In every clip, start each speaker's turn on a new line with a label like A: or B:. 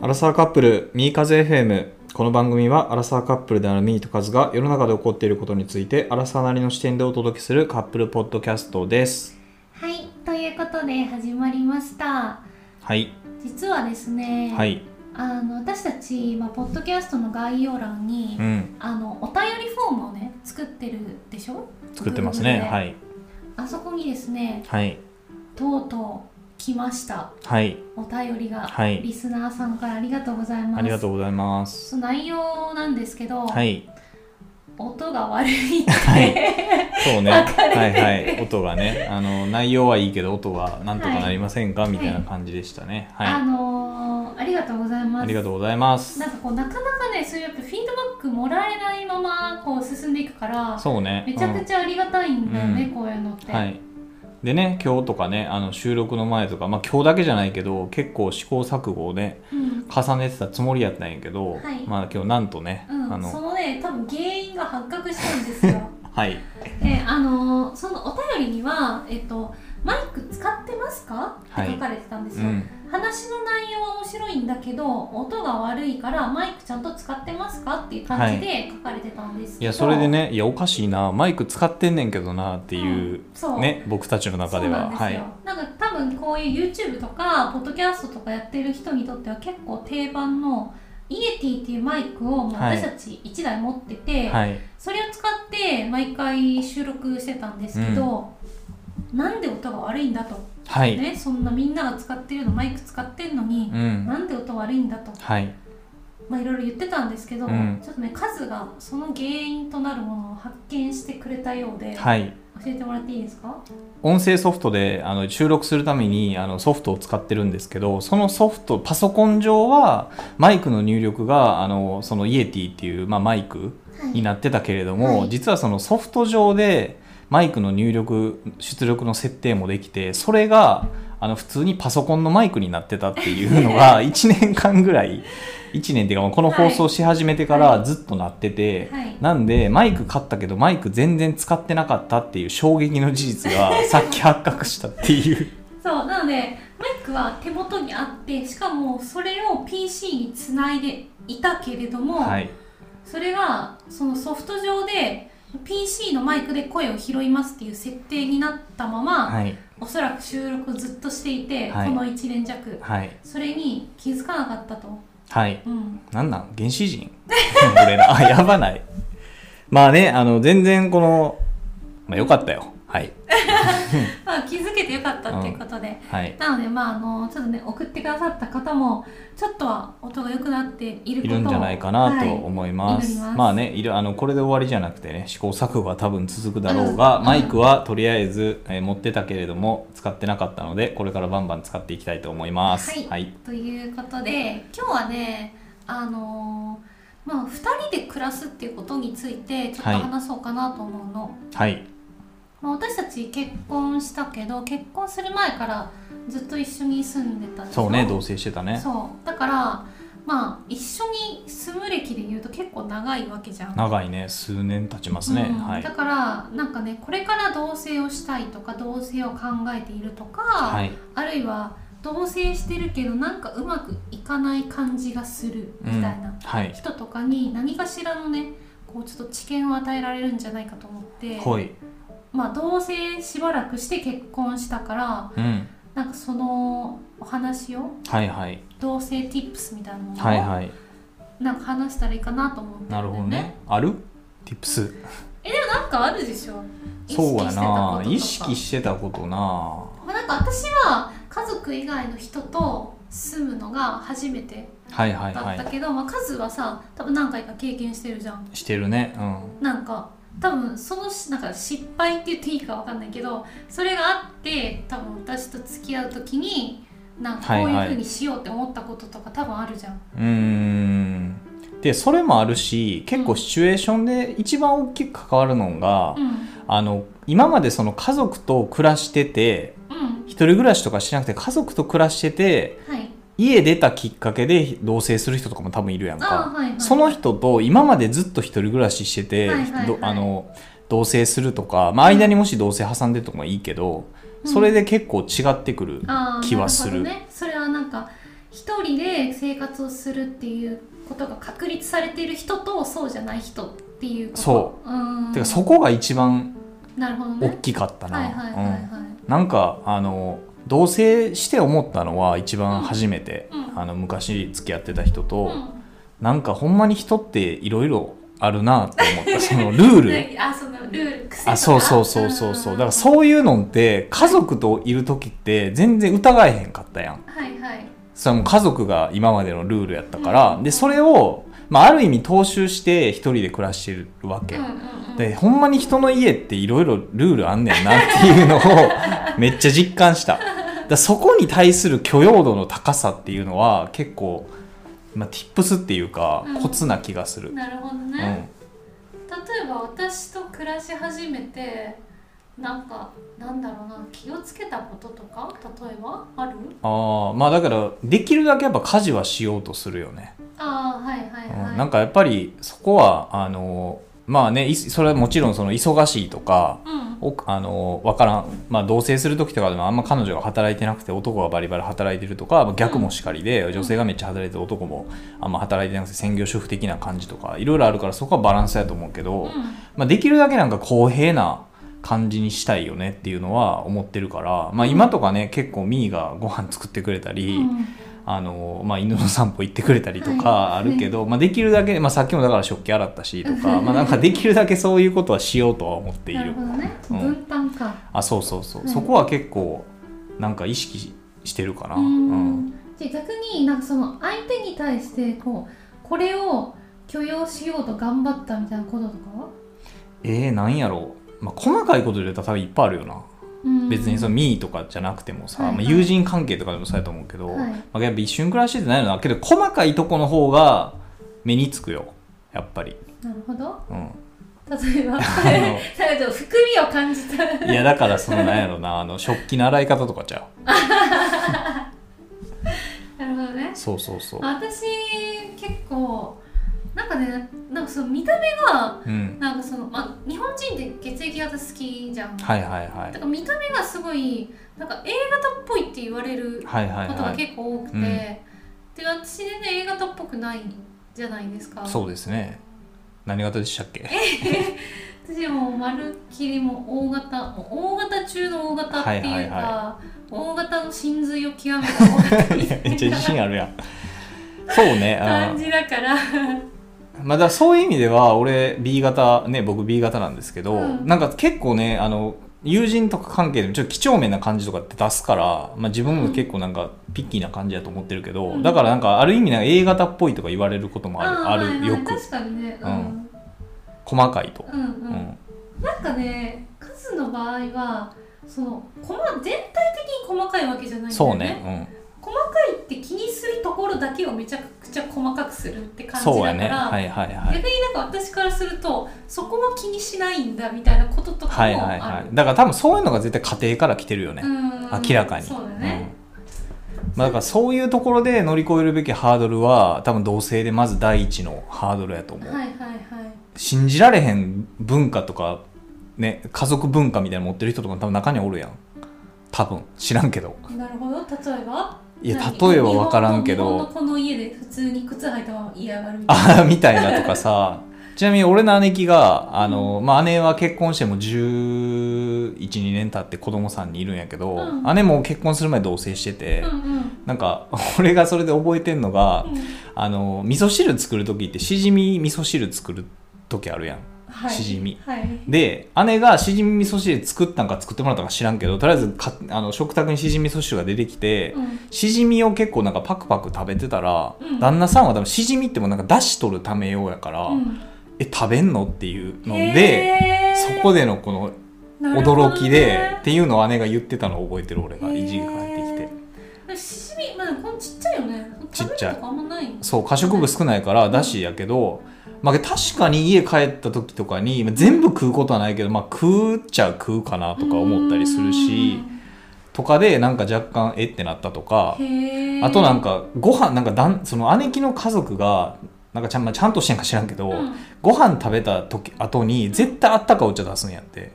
A: アラサーカップル、ミーカズ FM。この番組は、アラサーカップルであるミーとカズが世の中で起こっていることについて、アラサーなりの視点でお届けするカップルポッドキャストです。
B: はい、ということで始まりました。
A: はい。
B: 実はですね、
A: はい。
B: あの私たち、まあ、ポッドキャストの概要欄に、
A: うん。
B: あのお便りフォームをね作ってるでしょ、
A: 作ってますね。はいい。
B: あそこにですね
A: はい。
B: とうとう来ました
A: はい。
B: お便りが、
A: はい
B: リスナーさんからありがとうございます
A: ありがとうございます。
B: その内容なんですけど、
A: はい。
B: 音が悪いって、
A: はいそうね。
B: わかる
A: はいはい。音がね、あの、内容はいいけど、音はなんとかなりませんかみたいな感じでしたね。
B: あ
A: はい。
B: のーありがとうございます
A: ありがとうございます
B: な。んかこうなかなかねそういうやっぱフィードバックもらえないままこう進んでいくから
A: そうね。
B: めちゃ
A: うん
B: くちゃありがたいんだよね、
A: うん
B: こういうのって、
A: はい、でね今日とかねあの収録の前とか、まあ、今日だけじゃないけど結構試行錯誤をね
B: うん
A: 重ねてたつもりやったんやけど、
B: はい
A: まあ今日なんとね、
B: うん
A: あ
B: そ
A: の
B: のね多分原因が発覚したんです よ
A: はい
B: であのーそのお便りには、えっと「マイク使ってますか?」っ
A: はい
B: て書かれてたんです
A: う
B: よ、
A: ん
B: 話の内容は面白いんだけど音が悪いからマイクちゃんと使ってますかっていう感じで書かれてたんですけど、
A: いやそれでねいやおかしいなマイク使ってんねんけどなっていう
B: うん、そう
A: ね僕たちの中ではは
B: そうなんです
A: い
B: よ、なんか多分こういう YouTube とかポッドキャストとかやってる人にとっては結構定番のイエティっていうマイクをもう
A: はい
B: 私たち1台持ってて、
A: はい、
B: それを使って毎回収録してたんですけど、なんで音が悪いんだと、
A: はい、
B: ね、そんなみんなが使ってるのマイク使ってんのに
A: う、ん
B: なんで音悪いんだと、
A: はい
B: まあ、いろいろ言ってたんですけど、
A: うん
B: ちょっとねカズがその原因となるものを発見してくれたようで、
A: はい
B: 教えてもらっていいですか
A: 音声ソフトであの収録するためにあのソフトを使ってるんですけどそのソフトパソコン上はマイクの入力があのそのイエティっていう、まあ、マイクになってたけれども、
B: はい
A: 実はそのソフト上でマイクの入力出力の設定もできてそれがあの普通にパソコンのマイクになってたっていうのが1年間ぐらい1年っていうかまあこの放送し始めてからずっとなってて、
B: はい
A: なんでマイク買ったけどマイク全然使ってなかったっていう衝撃の事実がさっき発覚したって いう
B: そうなのでマイクは手元にあってしかもそれを PC につないでいたけれども、
A: はい
B: それがそのソフト上で PC のマイクで声を拾いますっていう設定になったまま、
A: はい
B: おそらく収録をずっとしていて、
A: はい
B: この1年弱
A: はい
B: それに気づかなかったと、
A: はい
B: うん、
A: なんなん原始人 俺らあやばないまあねあの全然このまあよかったよはい
B: まあ、気づけてよかったっていうことで、
A: はい
B: なのでまああのちょっとね送ってくださった方もちょっとは音が良くなっている
A: い
B: ことを
A: るんじゃないかなと
B: はい
A: 思います,、
B: はい祈ります
A: まあねいるあのこれで終わりじゃなくてね試行錯誤は多分続くだろうが、
B: うん
A: マイクはとりあえず、えー持ってたけれども使ってなかったのでこれからバンバン使っていきたいと思います
B: はい
A: はい、
B: ということで今日はねあのーまあ2人で暮らすっていうことについてちょっと
A: はい
B: 話そうかなと思うの、
A: はい
B: まあ、私たち結婚したけど結婚する前からずっと一緒に住んでたでしょ
A: そうね同棲してたね
B: そうだからまあ一緒に住む歴で言うと結構長いわけじゃん
A: 長いね数年経ちますね、
B: うん
A: はい
B: だからなんかねこれから同棲をしたいとか同棲を考えているとか、
A: はい
B: あるいは同棲してるけどなんかうまくいかない感じがするみたいな
A: はい
B: 人とかに何かしらのねこうちょっと知見を与えられるんじゃないかと思って、
A: ほい
B: まあ同棲しばらくして結婚したから
A: うん
B: なんかそのお話を
A: はいはい
B: 同棲 tips みたいなものを、
A: はいはい
B: なんか話したらいいかなと思って
A: なるほどねある Tips
B: えでもなんかあるでしょ
A: そうやな意
B: 意識
A: 識
B: して
A: してたことな
B: たこととかまあ、なんか私は家族以外の人と住むのが初めて
A: はいはい
B: だ
A: は
B: った
A: い
B: けど、まあ、数はさ多分何回か経験してるじゃん
A: してるねうん
B: なんか多分そのしなんか失敗って言っていいかわかんないけどそれがあって多分私と付き合う時になんか
A: はい
B: こういう
A: はい
B: ふうにしようって思ったこととか多分あるじゃん、
A: うーんでそれもあるし結構シチュエーションで一番大きく関わるのが、あの今までその家族と暮らしてて
B: うんうん
A: 一人暮らしとかしてなくて家族と暮らしてて
B: はい
A: 家出たきっかけで同棲する人とかも多分いるやんか、
B: あーはいはい
A: その人と今までずっと一人暮らししてて、
B: はいはいはい
A: どあの同棲するとか、まあ、間にもし同棲挟んでるとかもいいけど、
B: うん
A: それで結構違ってくる
B: あー
A: 気はする
B: なほどね、それはなんか一人で生活をするっていうことが確立されている人とそうじゃない人っていうこと
A: そう
B: ーん
A: てかそこが一番
B: なるほどね
A: 大きかった
B: はいはいはい
A: な。
B: はい、
A: うんなんかあの同棲して思ったのは一番初めて、
B: うんうん
A: あの昔付き合ってた人と、
B: うん
A: なんかほんまに人っていろいろあるなって思ったそのルール。
B: ねあそのルール癖とか
A: あそうそうそうそうそうだから
B: う
A: そういうのって家族といる時って全然疑えへんかったやん
B: んはいはい
A: それはもう家族が今までのルールやったから、でそれを、まあ、ある意味踏襲して一人で暮らしてるわけ、
B: うんうんうん
A: でほんまに人の家っていろいろルールあんねんなっていう のをめっちゃ実感しただからそこに対する許容度の高さっていうのは結構、まあ、tips っていうか、
B: うん
A: コツな気がする、
B: なるほど
A: うん
B: ね、例えば私と暮らし始めてなんかなんだろうな気をつけたこととか例えばある
A: ああまあだからできるだけやっぱ家事はしようとするよね
B: ああはいはいはい、
A: うんなんかやっぱりそこはあのまあねいそれはもちろんその忙しいとか
B: うん
A: おあのわからん、まあ、同棲する時とかでもあんま彼女が働いてなくて男がバリバリ働いてるとかまあ逆もしかりで女性がめっちゃ働いて男もあんま働いてなくて専業主婦的な感じとかいろいろあるからそこはバランスやと思うけど、
B: うん
A: まあ、できるだけなんか公平な感じにしたいよねっていうのは思ってるから、まあ、今とかね結構みーがご飯作ってくれたり。
B: うん
A: あのまあ、犬の散歩行ってくれたりとか
B: は
A: あ
B: い
A: るけど、まあ、できるだけ、まあ、さっきもだから食器洗ったしとかまあなんかできるだけそういうことはしようとは思ってい
B: なる
A: る
B: ほどね、
A: うん
B: 分担か
A: あそうそうそう、
B: はい
A: そこは結構なんか意識ししてるかな、うん
B: じゃあ逆になんかその相手に対してこうこれを許容しようと頑張ったみたいなこととかは、
A: えー、なんやろう、まあ、細かいことで言うと多分いっぱいあるよな、
B: うん
A: 別にそのミーとかじゃなくてもさ、
B: はいはい
A: まあ、友人関係とかでもそうやと思うけど、
B: はい
A: まあ、やっぱ一瞬暮らしててないのだけど細かいとこの方が目につくよやっぱり、
B: なるほど
A: うん、
B: 例えば
A: の
B: 最後含みを感じた
A: いやだからそのなんやろなあの食器の洗い方とかちゃう
B: なるほどね
A: そうそうそう。
B: 私結構なんかねなんかその見た目が
A: うん。
B: なんかその、まあ、日本人って血液型好きじゃん、
A: はいはいは
B: だ
A: い。
B: から見た目がすごいなんか A 型っぽいって言われる
A: はいはい
B: ことが
A: は
B: 結構多くて、
A: うん
B: で私でね A 型っぽくないじゃないですか
A: い。そうですね。何型でしたっけ？
B: 私もうまるっきりもう大型もう大型中の大型っていうか、
A: はいはいは
B: 大型の真髄を極めた大 型みたいな
A: めっちゃ自信あるやん。そうね。
B: 感
A: うん
B: じだから
A: まあだからそういう意味では俺 B 型ね僕 B 型なんですけど、
B: うん
A: なんか結構ねあの友人とか関係でもちょっと几帳面な感じとかって出すから、まあ、自分も結構なんかピッキーな感じだと思ってるけど、
B: うん
A: だからなんかある意味なんか A 型っぽいとか言われることもある
B: ー
A: あ
B: はいは
A: る
B: い
A: よく
B: 確かにね、
A: うん細かいと。
B: うんうん、うんなんかね数の場合はその細全体的に細かいわけじゃないんだよ
A: うん、
B: ね
A: そうね、
B: 細かいって気にするところだけをめちゃくちゃ細かくするって
A: うん、
B: 感じだ
A: そう
B: か
A: や
B: ら、
A: ねはいはいはい
B: 逆になんか私からするとそこは気にしないんだみたいなこととかもあ
A: は
B: る、
A: いはいはいだから多分そういうのが絶対家庭から来てるよね
B: うん
A: 明らかに
B: そうだね、
A: うんまあ、だからそういうところで乗り越えるべきハードルは多分同性でまず第一のハードルやと思う、
B: はいはいはい
A: 信じられへん文化とかね家族文化みたいなの持ってる人とかも多分中にはおるやん多分知らんけど
B: なるほど例えば
A: いや
B: 何
A: 例えば分からんけど
B: 日本のこの家で普通に靴履いたまま嫌がるみたいな
A: あーみたいなとかさちなみに俺の姉貴があの、まあ、姉は結婚してもう1112年経って子供さんにいるんやけど、
B: うん
A: 姉も結婚する前同棲してて、
B: うんうん
A: なんか俺がそれで覚えてんのが、
B: うん
A: あの味噌汁作る時ってしじみ味噌汁作る時あるやん
B: はい
A: しじみ
B: はい
A: で姉がしじみ味噌汁作ったんか作ってもらったんか知らんけどとりあえずかあの食卓にしじみ味噌汁が出てきて、
B: うん
A: しじみを結構なんかパクパク食べてたら、
B: うん
A: 旦那さんは多分しじみってもうなんか出し取るためようやから、
B: うん
A: え食べんのっていうので
B: へー
A: そこでのこの
B: なるほどね
A: 驚きで、っていうのを姉が言ってたのを覚えてる俺がいじが帰ってきて。
B: へーしじみまあこのちっちゃいよね
A: ちっちゃい
B: 食べるとこあんまないよね
A: そう可食部少ないからだしやけど、まあ、確かに家帰った時とかにまあ全部食うことはないけど、まあ、食っちゃ食うかなとか思ったりするしとかでなんか若干えってなったとか
B: うーんへー
A: あとなんかご飯なんかだんその姉貴の家族がなんかちゃんまあちゃんとしてんか知らんけど、
B: うん
A: ご飯食べた時後に絶対あったかいお茶出すんやって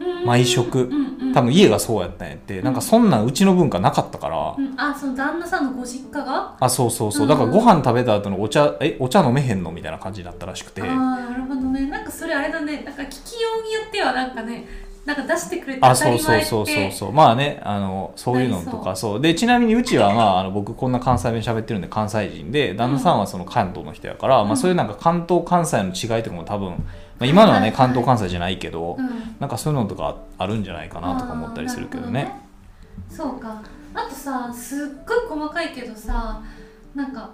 B: うん
A: 毎食
B: うんうん
A: 多分家がそうやったんやってなんかそんなんうちの文化なかったから、か、
B: うん、あその旦那さんのご実家が
A: あそうそうそううんだからご飯食べた後のお茶えお茶飲めへんのみたいな感じだったらしくて
B: ああなるほどねなんかそれあれだねなんか聞きようによってはなんかねなんか出してくれて
A: あ
B: 当た
A: そう
B: り
A: そ
B: 前
A: う
B: って
A: そうそうそうまあねあのそういうのとかそうでちなみにうちはまああの僕こんな関西弁喋ってるんで関西人で旦那さんはその関東の人やから、まあ、そういうなんか関東関西の違いとかも多分、まあ、今のはね関東関西じゃないけど、
B: うん
A: なんかそういうのとかあるんじゃないかなとか思ったりするけど
B: あーな
A: ね
B: るほどねそうかあとさすっごい細かいけどさなんか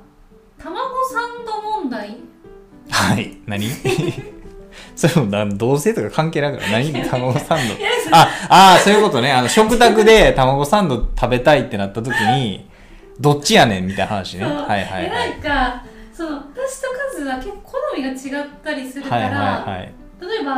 B: 卵サンド問題
A: はい何 それもな同性とか関係なく ない何卵サンド
B: いやそ
A: ああーそういうことねあの食卓で卵サンド食べたいってなった時にどっちやねんみたいな話ね
B: そう
A: はいはい
B: え
A: はい
B: なんかその私とカズは結構好みが違ったりするか
A: はい
B: ら、
A: はいはい
B: 例えば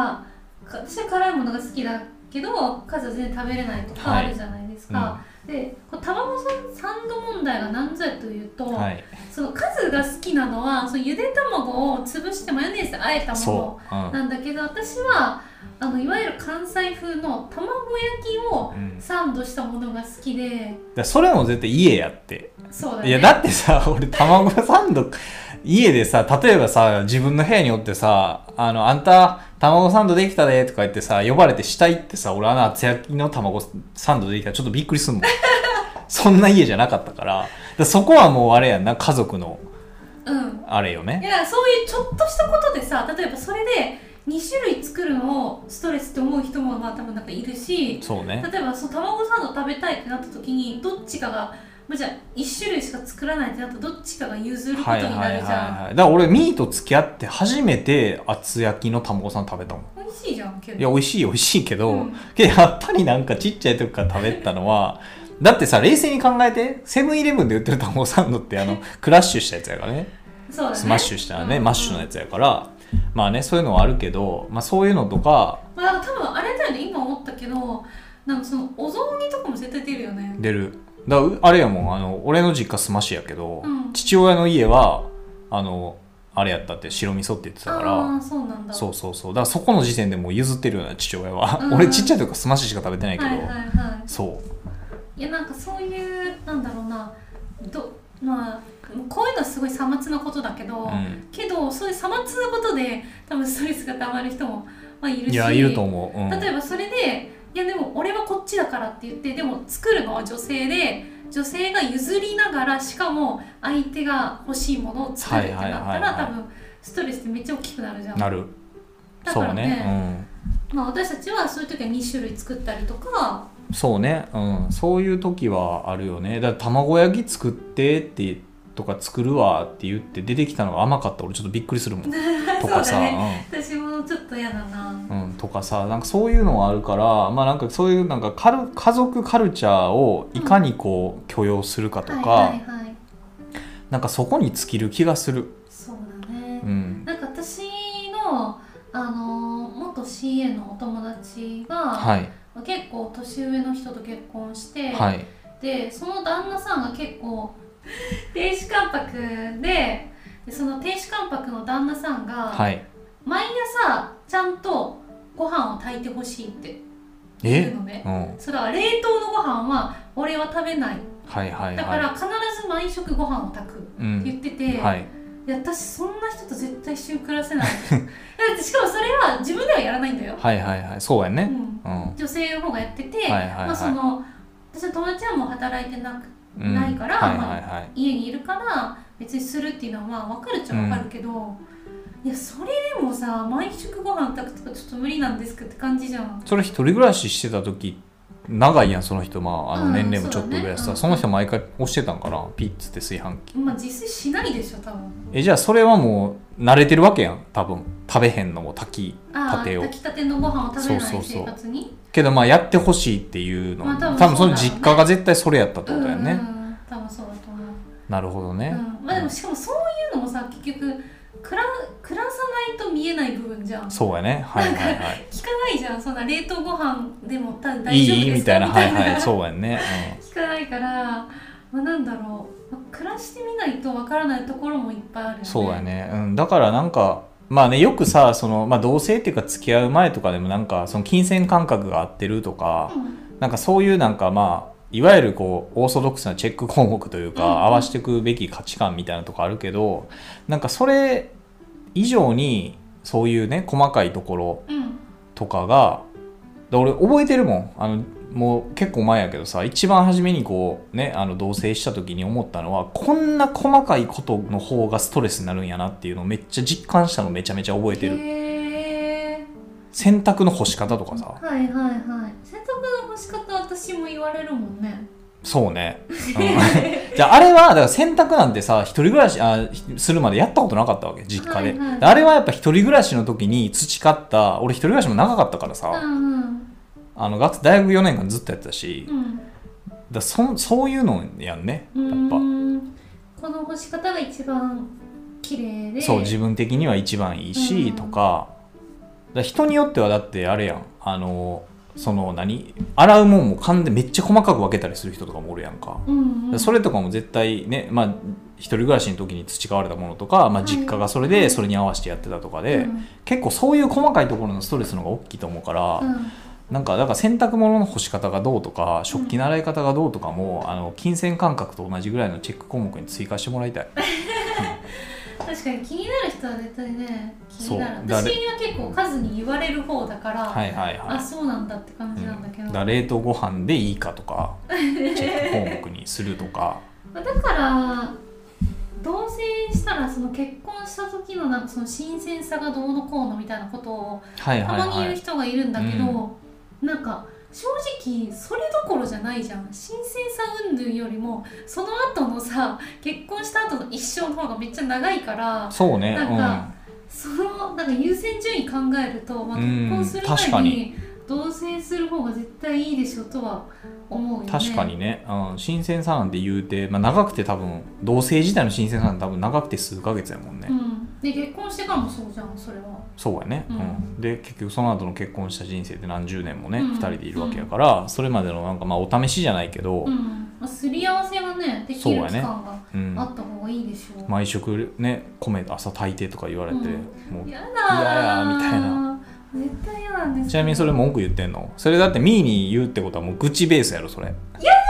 B: か私は辛いものが好きだけどカズは全然食べれないとか
A: はい
B: あるじゃないですか、でこう卵サンサンド問題が何ぞやというと、
A: はい
B: そのカズが好きなのはそのゆで卵を潰してマヨネーズであえたもの
A: そう、うん
B: なんだけど私はあのいわゆる関西風の卵焼きを
A: うん
B: サンドしたものが好きで、
A: だそれも絶対家やって、
B: そうだね
A: いやだってさ 俺卵サンド家でさ例えばさ自分の部屋におってさ「あのあんた卵サンドできたで」とか言ってさ呼ばれて下行ってさ俺あの厚焼きの卵サンドできたらちょっとびっくりすん もんそんな家じゃなかったからだそこはもうあれやんな家族の
B: うん
A: あれよね
B: いやそういうちょっとしたことでさ例えばそれで2種類作るのをストレスって思う人もまあ多分なんかいるし
A: そうね
B: 例えばそう卵サンド食べたいってなった時にどっちかが、まあ、じゃあ1種類しか作らないってなったらどっちかが譲ること
A: はい
B: に
A: はい
B: な
A: はい
B: るじゃん、
A: はいだから俺ミーと付き合って初めて厚焼きの卵サンド食べたもん
B: 美味しいじゃんけど
A: いや美味しい美味しいけど、
B: うん
A: けどやっぱりなんかちっちゃい時から食べてたのはだってさ冷静に考えてセブンイレブンで売ってる卵サンドってあのクラッシュしたやつやからね
B: そうだね
A: スマッシュしたらね、
B: うん
A: マッシュのやつやからまあねそういうのはあるけど、まあ、そういうのとか
B: まあ、多分あれだよね今思ったけどなんかそのお雑煮とかも絶対出るよね
A: 出るだうあれやもんあの俺の実家スマッシュやけど、
B: うん
A: 父親の家はあのあれやったって白味噌って言ってたか
B: ああ
A: ら
B: そうなんだ
A: そうそうそうだからそこの時点でもう譲ってるような父親は、
B: うん
A: 俺ちっちゃい時からスマッシュしか食べてないけど、
B: はいはいは
A: そう
B: いいやなんかそういうなんだろうなどまあこういうのはすごいさまつなことだけど、
A: うん
B: けどそういうさまつなことで多分ストレスがたまる人も、まあ、いるし
A: いやいると思う、うん、
B: 例えばそれで「いやでも俺はこっちだから」って言ってでも作るのは女性で女性が譲りながらしかも相手が欲しいものを作るってなったら、
A: はいはいはいはい
B: 多分ストレスってめっちゃ大きくなるじゃん。
A: なる
B: だ
A: そ
B: か
A: う
B: らね
A: ね、
B: まあ、私たちはそういう時は2種類作ったりとか
A: うん、そうね、うん、そういう時はあるよねだから卵焼き作ってってとか作るわって言って出てきたのが甘かった俺ちょっとびっくりするもんとか
B: そう
A: さ
B: だね私もちょっと嫌だな。
A: うんうん、とかさなんかそういうのはあるからまあなんかそういうなんかカル家族カルチャーをいかにこう許容するかとか、
B: はいはいはい、
A: なんかそこに尽きる気がする、
B: そうだね、
A: うん、
B: なんか私のあの元 CA のお友達が、
A: はい
B: 結構年上の人と結婚して、
A: はい
B: でその旦那さんが結構亭主関白ででその亭主関白の旦那さんが
A: はい
B: 毎朝ちゃんとご飯を炊いてほしいって言う
A: え
B: のね
A: うん
B: それは冷凍のご飯は俺は食べない
A: はいはい
B: だか
A: は
B: ら必ず毎食ご飯を炊くって
A: い、う
B: 言
A: ん
B: ってて、
A: はい、
B: いや私そんな人と絶対一緒に暮らせない だってしかもそれは自分ではやらないんだよ、
A: はいはいはいそうや
B: う
A: ね、
B: ん、
A: うん
B: 女性の方がやってて、
A: はいはいはい
B: まあ、その私の友達はもう働いてなくて
A: うん
B: ないから
A: はいはいはい、
B: 家にいるから別にするっていうのはまあ分かるっちゃ分かるけど、いやそれでもさ毎食ご飯炊くとかちょっと無理なんですけどって感じじゃん
A: それ一人暮らししてた時長いやんその人まああ
B: う
A: の
B: ん
A: 年齢もちょっとぐらいさ、
B: そうだねうん
A: その人毎回押してたんかなピッつって炊飯器
B: まあ自炊しないでしょ多分
A: えじゃあそれはもう慣れてるわけやん多分食べへんのも炊き
B: ああ
A: 家庭を
B: 炊きたてのご飯を食べな
A: そうそ
B: い
A: うそう
B: 生活に
A: けどまあやってほしいっていうの、
B: まあ多分
A: そ
B: そうだろう
A: の
B: ね
A: 実家が絶対それやったってことや
B: ん
A: ね、
B: ん多分そうだと思う、
A: なるほど
B: う
A: ね、
B: ん、まあでもしかもそういうのもさ結局くら暮らさないと見えない部分じゃん
A: そうやねはいはいは
B: 聞かないじゃんそんな冷凍ご飯でもた
A: い
B: 大丈夫ですか
A: いいみたいなはいはい
B: そう
A: そうやんね、
B: 聞かないから、まあ、なんだろう、まあ暮らしてみないとわからないところもいっぱいあるよ
A: う
B: ね
A: ん、そうやね、うん、だからなんかまあねよくさその、まあ、同性っていうか付き合う前とかでもなんかその金銭感覚が合ってるとか、
B: うん
A: なんかそういうなんかまあいわゆるこうオーソドックスなチェック項目というか、
B: うんうん
A: 合わせていくべき価値観みたいなとこあるけどなんかそれ以上にそういうね細かいところ
B: うん
A: とかがで俺覚えてるもんあのもう結構前やけどさ一番初めにこうねあの同棲した時に思ったのはこんな細かいことの方がストレスになるんやなっていうのをめっちゃ実感したのめちゃめちゃ覚えてる
B: へえ
A: 洗濯の干し方とかさ
B: はいはいはい洗濯の干し方私も言われるもんね
A: そうね、うん じゃああれはだから洗濯なんてさ一人暮らしあひするまでやったことなかったわけ実家で、
B: はいはい
A: であれはやっぱ一人暮らしの時に培った俺一人暮らしも長かったからさ、
B: うんうん
A: あの学大学4年間ずっとやってたし、だか
B: うん
A: らそそういうのやんね
B: う
A: やっぱ。
B: ーんこの干し方が一番綺麗で
A: そう自分的には一番いいし、
B: うん
A: とかだから人によってはだってあれやんあのその何洗うもんも勘でめっちゃ細かく分けたりする人とかもおるやんか,、
B: うんうん、
A: それとかも絶対ねまあ一人暮らしの時に培われたものとか、まあ、
B: はい
A: 実家がそれでそれに合わせてやってたとかで、
B: うん
A: 結構そういう細かいところのストレスの方が大きいと思うから、
B: うん
A: なんかだから洗濯物の干し方がどうとか食器の洗い方がどうとかも、あの金銭感覚と同じぐらいのチェック項目に追加してもらいたい。
B: 確かに気になる人は絶対ね気になる
A: そう
B: 私は結構数に言われる方だから、
A: はいはいはい
B: あそうなんだって感じなんだけ
A: う
B: ど、
A: んだから冷凍ご飯でいいかとかチェック項目にするとか
B: まあだから同棲したらその結婚した時のなんかその新鮮さがどうのこうのみたいなことを
A: はい
B: た
A: はい
B: まに言
A: は
B: う
A: い
B: 人がいるんだけど、
A: う
B: なんか正直それどころじゃないじゃん新鮮さ云々よりもその後のさ結婚した後の一生の方がめっちゃ長いから
A: そうね
B: なんかそのなんか優先順位考えると、まあ、
A: うん
B: 結婚する
A: 確か
B: 前
A: に
B: に同棲する方が絶対いいでしょとは思うよ
A: うん
B: ね
A: 確かにね、うん、新鮮さなんて言うて、まあ、長くて多分同棲自体の新鮮さなんて多分長くて数ヶ月やもんね、
B: うん、で結婚してからもそうじゃんそれは
A: そうやね、うん
B: うん
A: で結局その後の結婚した人生って何十年もね、
B: うん
A: 2人でいるわけやから、それまでのなんかまあお試しじゃないけど、
B: うん、まあ、すり合わせがねで
A: そう
B: き
A: や
B: る
A: ね
B: 期間が
A: うん
B: あった方がいいでしょう、
A: 毎食ね米朝炊いてとか言われて、
B: う
A: もう
B: やだー
A: 嫌やみたいな
B: 絶対嫌なんですよ
A: ちなみにそれ文句言ってんのそれだってミーに言うってことはもう愚痴ベースやろそれ
B: で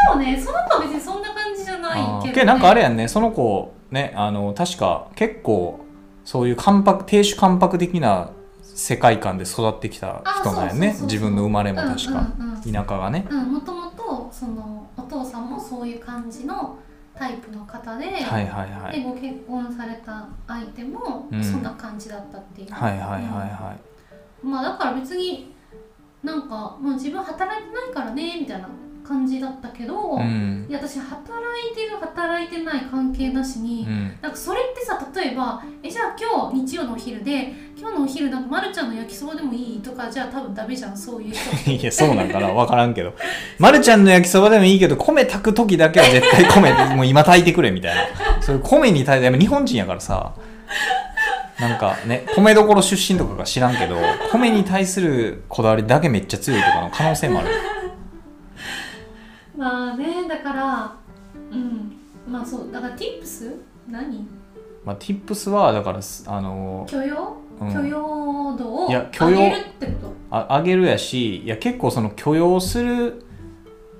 B: もねその子は別にそんな感じじゃない
A: あ
B: け
A: ー
B: ど、
A: け
B: ね、
A: なんかあれやんねその子ねあの確か結構そういう関白亭主関白的な世界観で育ってきた人なんやね
B: あそうそうそうそう
A: 自分の生まれも確か、
B: うんうんうん
A: 田舎がね
B: うんもともとそのお父さんもそういう感じのタイプの方で、
A: はいはいは
B: で
A: い
B: ご結婚された相手も
A: うん
B: そんな感じだったっていう、
A: はいはいはいは
B: まあだから別になんかもう自分働いてないからねみたいな感じだったけど、
A: いうん
B: いや私働いてる働いてない関係なし
A: う
B: に、
A: ん
B: なんかそれってさ例えばえじゃあ今日日曜のお昼で今日のお昼なんかまるちゃんの焼きそばでもいいとかじゃあ多分ダメじゃんそうい う人
A: いやそうなんかな分からんけど、ま、るちゃんの焼きそばでもいいけど米炊く時だけは絶対米もう今炊いてくれみたいなそういう米に対してやっぱ日本人やからさなんかね米どころ出身とかが知らんけど米に対するこだわりだけめっちゃ強いとかの可能性もある
B: まあねだからうんまあそうだから tips 何
A: まあ、tips はだからすあの
B: 許容、
A: うん
B: 許容度を
A: いや許
B: 上
A: 容
B: げるってこと
A: あ上げるやしいや結構その許容する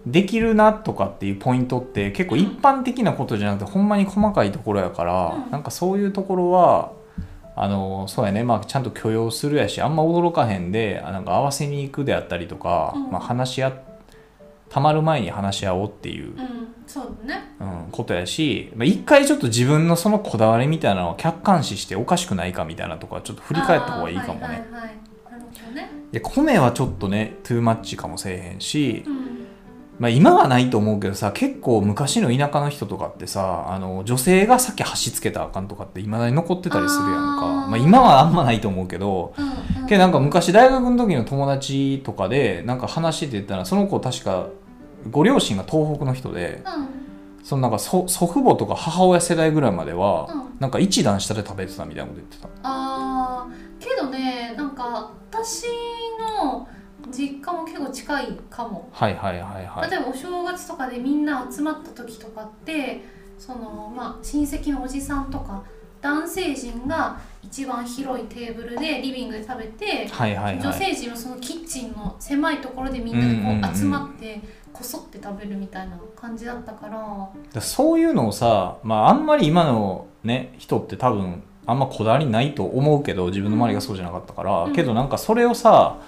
A: できるなとかっていうポイントって結構
B: うん
A: 一般的なことじゃなくて、ほんまに細かいところやから、
B: うん
A: なんかそういうところはあのそうやね、まあ、ちゃんと許容するやしあんま驚かへんであなんか合わせに行くであったりとか、
B: うん
A: まあ、話し合たまる前に話し合おうっていう、
B: うんそうだね
A: うん、ことやし、まあ、一回ちょっと自分のそのこだわりみたいなのを客観視しておかしくないかみたいなとかちょっと振り返った方がいいかもね。
B: あーはいはいはいなるほどね
A: で米はちょっとねトゥーマッチかもせえへんし
B: う、ん
A: まあ、今はないと思うけどさ結構昔の田舎の人とかってさあの女性がさっき箸つけたらあかんとかっていまだに残ってたりするやんか
B: あー
A: まあ、今はあんまないと思うけど
B: うんうん
A: けどなんか昔大学の時の友達とかでなんか話してたらその子確かご両親が東北の人で
B: うん
A: そのなんか祖祖父母とか母親世代ぐらいまでは、
B: うん
A: なんか一段下で食べてたみたいなこと言ってた。
B: あーけどねなんか私の実家も結構近いかも、
A: はいはいはいはい。
B: 例えばお正月とかでみんな集まった時とかってそのまあ親戚のおじさんとか男性陣が一番広いテーブルでリビングで食べて、
A: はいはい
B: 女
A: はい
B: 性陣はそのキッチンの狭いところでみん
A: うんうん
B: な
A: うん
B: でこう集まってこそって食べるみたいな感じだったから、
A: だからそういうのをさ、まあ、あんまり今の、ね、人って多分あんまこだわりないと思うけど自分の周りがそうじゃなかったから、
B: うん
A: けどなんかそれをさ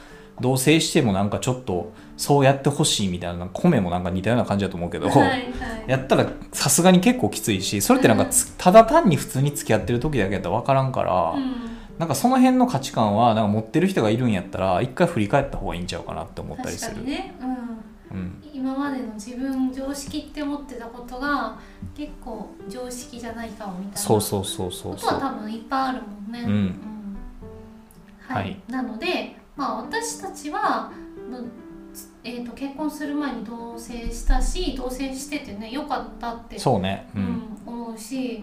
A: 同棲してもなんかちょっとそうやってほしいみたいな米もなんか似たような感じだと思うけど、
B: はいはい
A: やったらさすがに結構きついしそれってなんかつただ単に普通に付き合ってる時だけやったら分からんから、
B: うん
A: なんかその辺の価値観はなんか持ってる人がいるんやったら一回振り返った方がいいんちゃうかなって思ったり
B: 確か
A: する。
B: にね、うん、
A: うん
B: 今までの自分常識って思ってたことが結構常識じゃないかもみたいな
A: そうそうそうそう
B: こと
A: そ
B: は
A: う。
B: 多分いっぱいあるもんね。
A: うん
B: んはい
A: はい
B: なので、まあ、私たちは、まあつえー、と結婚する前に同棲したし同棲しててね良かったって
A: そうね。う
B: うん
A: ん。
B: 思うし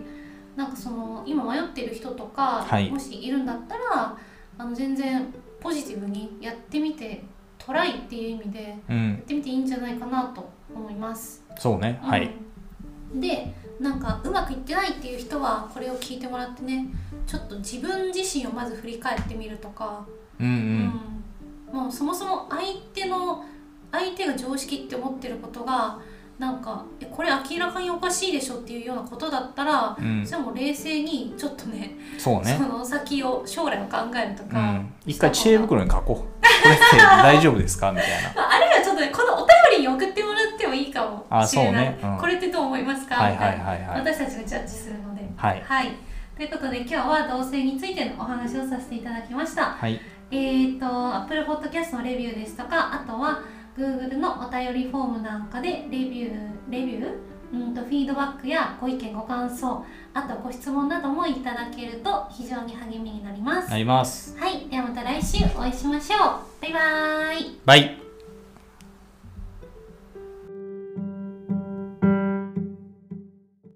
B: なんかその今迷ってる人とか、
A: はい
B: もしいるんだったらあの全然ポジティブにやってみてトライっていう意味で。
A: うん
B: やっ。てみていいんじゃないかなと思います。
A: そうね。はい。
B: うんでなんかうまくいってないっていう人はこれを聞いてもらってねちょっと自分自身をまず振り返ってみるとか、
A: うんうん。
B: うんもうそもそも相手の相手が常識って思ってることがなんかえこれ明らかにおかしいでしょっていうようなことだったら、
A: うん
B: それはもう冷静にちょっとね
A: そうね
B: そ。の先を将来を考えると
A: う
B: か、
A: ん。一回知恵袋に書こう。これって大丈夫ですかみたいな。
B: まあ、あるいはちょっとねこのお便りに送ってもらってもいいかも
A: あ
B: しれない、
A: そうねうん
B: これってどう思いますか、
A: はい
B: みた
A: はい
B: いな、
A: はいはい。
B: 私たちがジャッジするので
A: はい。
B: ということで今日は同性についてのお話をさせていただきました
A: はい。
B: えっ、ー、と Apple Podcast のレビューですとかあとは Google のお便りフォームなんかでレビューレビューうんとフィードバックやご意見ご感想あとご質問などもいただけると非常に励みになります、
A: なります。
B: はい、ではまた来週お会いしましょうバイバーイ
A: バイ。